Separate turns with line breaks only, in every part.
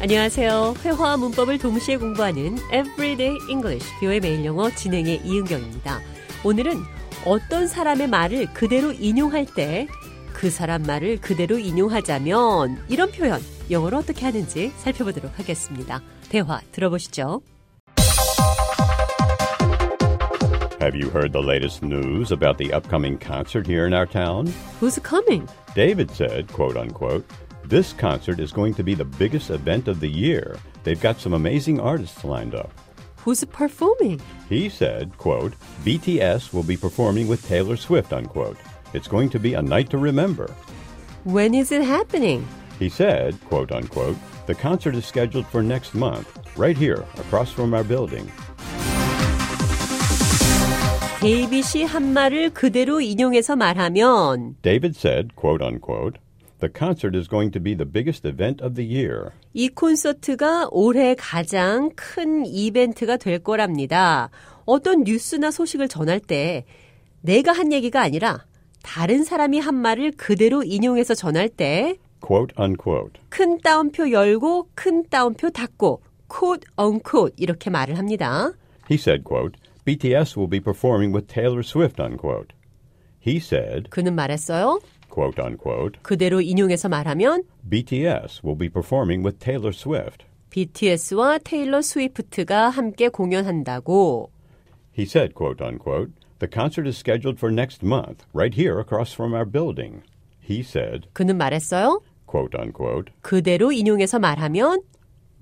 안녕하세요. 회화와 문법을 동시에 공부하는 Everyday English, 뷰의 매일 영어 진행의 이은경입니다. 오늘은 어떤 사람의 말을 그대로 인용할 때 그 사람 말을 그대로 인용하자면 이런 표현 영어로 어떻게 하는지 살펴보도록 하겠습니다. 대화 들어보시죠.
Have you heard the latest news about the upcoming concert here in our town?
Who's coming?
David said, quote unquote, this concert is going to be the biggest event of the year. They've got some amazing artists lined up.
Who's performing?
He said, quote, BTS will be performing with Taylor Swift, unquote. It's going to be a night to remember.
When is it happening?
He said, quote unquote, the concert is scheduled for next month, right here, across from our building.
데이비 씨한 말을 그대로 인용해서 말하면
David said, quote unquote, the concert is going to be the biggest event of the year.
이 콘서트가 올해 가장 큰 이벤트가 될 거랍니다. 어떤 뉴스나 소식을 전할 때 내가 한 얘기가 아니라 다른 사람이 한 말을 그대로 인용해서 전할 때 큰
Quote unquote.
따옴표 열고 큰 따옴표 닫고 quote unquote 이렇게 말을 합니다.
He said, quote, BTS will be performing with Taylor Swift, unquote. He said,
그는 말했어요.
quote unquote,
그대로 인용해서 말하면
BTS will be performing with Taylor Swift.
BTS와 테일러 스위프트가 함께 공연한다고
He said, quote unquote, the concert is scheduled for next month, right here across from our building. He said,
그는 말했어요.
quote unquote,
그대로 인용해서 말하면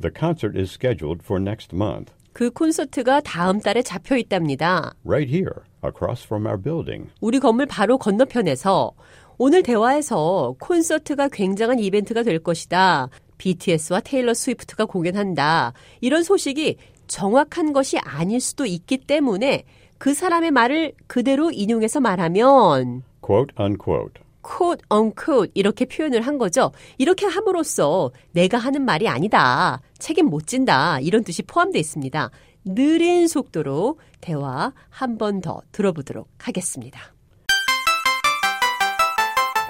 the concert is scheduled for next month,
그 콘서트가 다음 달에 잡혀 있답니다.
right here across from our building.
우리 건물 바로 건너편에서 오늘 대화에서 콘서트가 굉장한 이벤트가 될 것이다. BTS와 테일러 스위프트가 공연한다. 이런 소식이 정확한 것이 아닐 수도 있기 때문에 그 사람의 말을 그대로 인용해서 말하면
Quote unquote.
quote unquote 이렇게 표현을 한 거죠. 이렇게 함으로써 내가 하는 말이 아니다. 책임 못 진다. 이런 뜻이 포함되어 있습니다. 느린 속도로 대화 한 번 더 들어보도록 하겠습니다.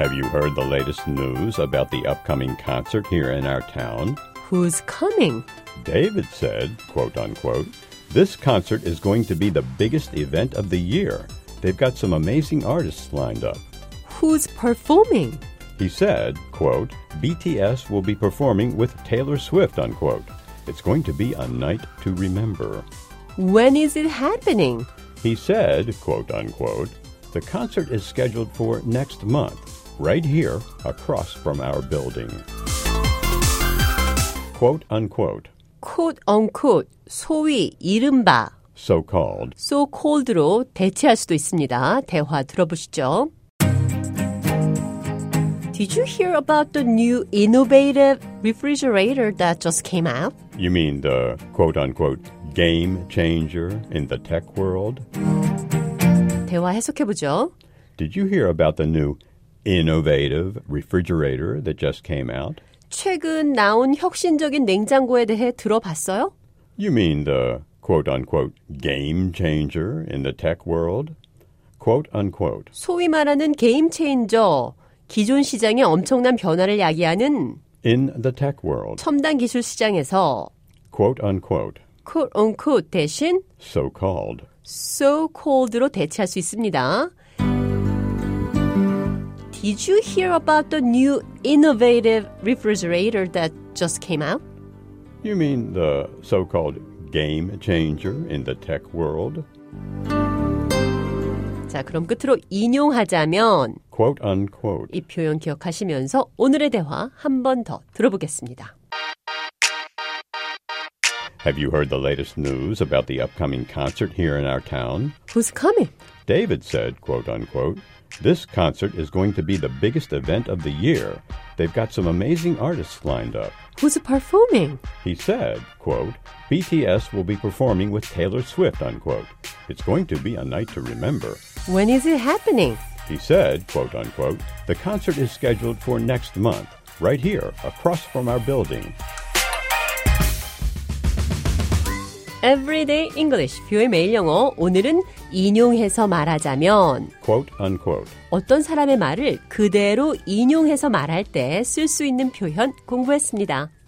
Have you heard the latest news about the upcoming concert here in our town?
Who's coming?
David said, quote unquote, this concert is going to be the biggest event of the year. They've got some amazing artists lined up.
Who's performing?
He said, quote, BTS will be performing with Taylor Swift, unquote. It's going to be a night to remember.
When is it happening?
He said, quote unquote, the concert is scheduled for next month, right here across from our building. Quote unquote,
quote unquote 소위 이른바
so called.
so called로 대체할 수도 있습니다. 대화 들어보시죠. Did you hear about the new innovative refrigerator that just came out?
You mean the quote unquote game changer in the tech world?
대화 해석해 보죠.
Did you hear about the new innovative refrigerator that just came out?
최근 나온 혁신적인 냉장고에 대해 들어봤어요?
You mean the quote unquote game changer in the tech world? Quote unquote.
소위 말하는 게임 체인저, 기존 시장의 엄청난 변화를 야기하는
In the tech world.
첨단 기술 시장에서
Quote unquote.
quote unquote 대신
So called.
so cold로 대체할 수 있습니다. Did you hear about the new innovative refrigerator that just came out?
You mean the so called game changer in the tech world?
자, 그럼 끝으로 인용하자면
Quote unquote.
이 표현 기억하시면서 오늘의 대화 한 번 더 들어보겠습니다.
Have you heard the latest news about the upcoming concert here in our town?
Who's coming?
David said, quote unquote, this concert is going to be the biggest event of the year. They've got some amazing artists lined up.
Who's performing?
He said, quote, BTS will be performing with Taylor Swift, unquote. It's going to be a night to remember.
When is it happening?
He said, quote unquote, the concert is scheduled for next month, right here, across from our building.
Everyday English, 뷰의 매일 영어. 오늘은 인용해서 말하자면
Quote unquote.
어떤 사람의 말을 그대로 인용해서 말할 때 쓸 수 있는 표현 공부했습니다.